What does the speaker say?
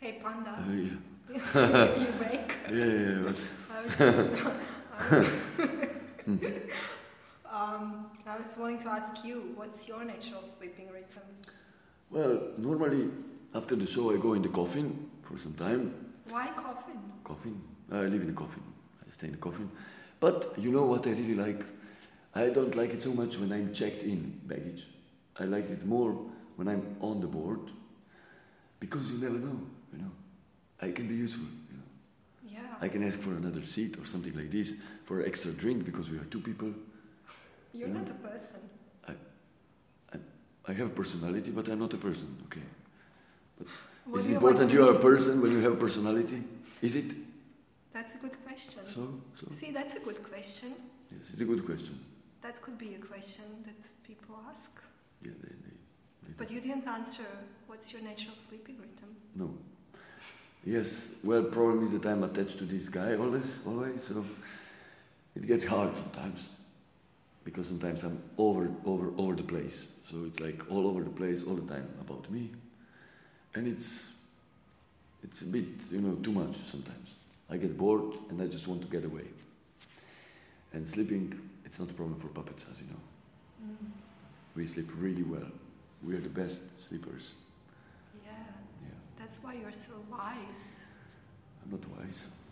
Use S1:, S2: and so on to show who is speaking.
S1: Hey panda,
S2: Uh, yeah.
S1: you wake.
S2: Yeah, yeah, yeah, but
S1: I was just,
S2: Hmm.
S1: um, I was wanting to ask you, what's your natural sleeping rhythm?
S2: well, normally after the show I go in the coffin for some time.
S1: Why coffin?
S2: Coffin. I live in a coffin. I stay in a coffin. But you know what I really like? I don't like it so much when I'm checked in baggage. I liked it more when I'm on the board, because you never know. You know, I can be useful. You know.
S1: Yeah,
S2: I can ask for another seat or something like this, for extra drink because we are two people.
S1: you're not
S2: Mm.
S1: a person.
S2: I have personality, but I'm not a person. Okay.
S1: What
S2: is
S1: do
S2: it
S1: you want
S2: important
S1: to
S2: you are
S1: be?
S2: a person when you have a personality? Is it?
S1: That's a good question.
S2: So, so
S1: See, that's a good question.
S2: yes, it's a good question.
S1: That could be a question that people ask.
S2: Yeah, they, they, they
S1: But you didn't answer what's your natural sleeping rhythm.
S2: no. Yes. Well, problem is that I'm attached to this guy always, always. So it gets hard sometimes because sometimes I'm over, over, over the place. So it's like all over the place all the time about me, and it's it's a bit you know too much sometimes. I get bored and I just want to get away. And sleeping, it's not a problem for puppets, as you know. Mm. We sleep really well. We are the best sleepers.
S1: Yeah,
S2: Yeah.
S1: that's why you're so wise.
S2: I'm not wise.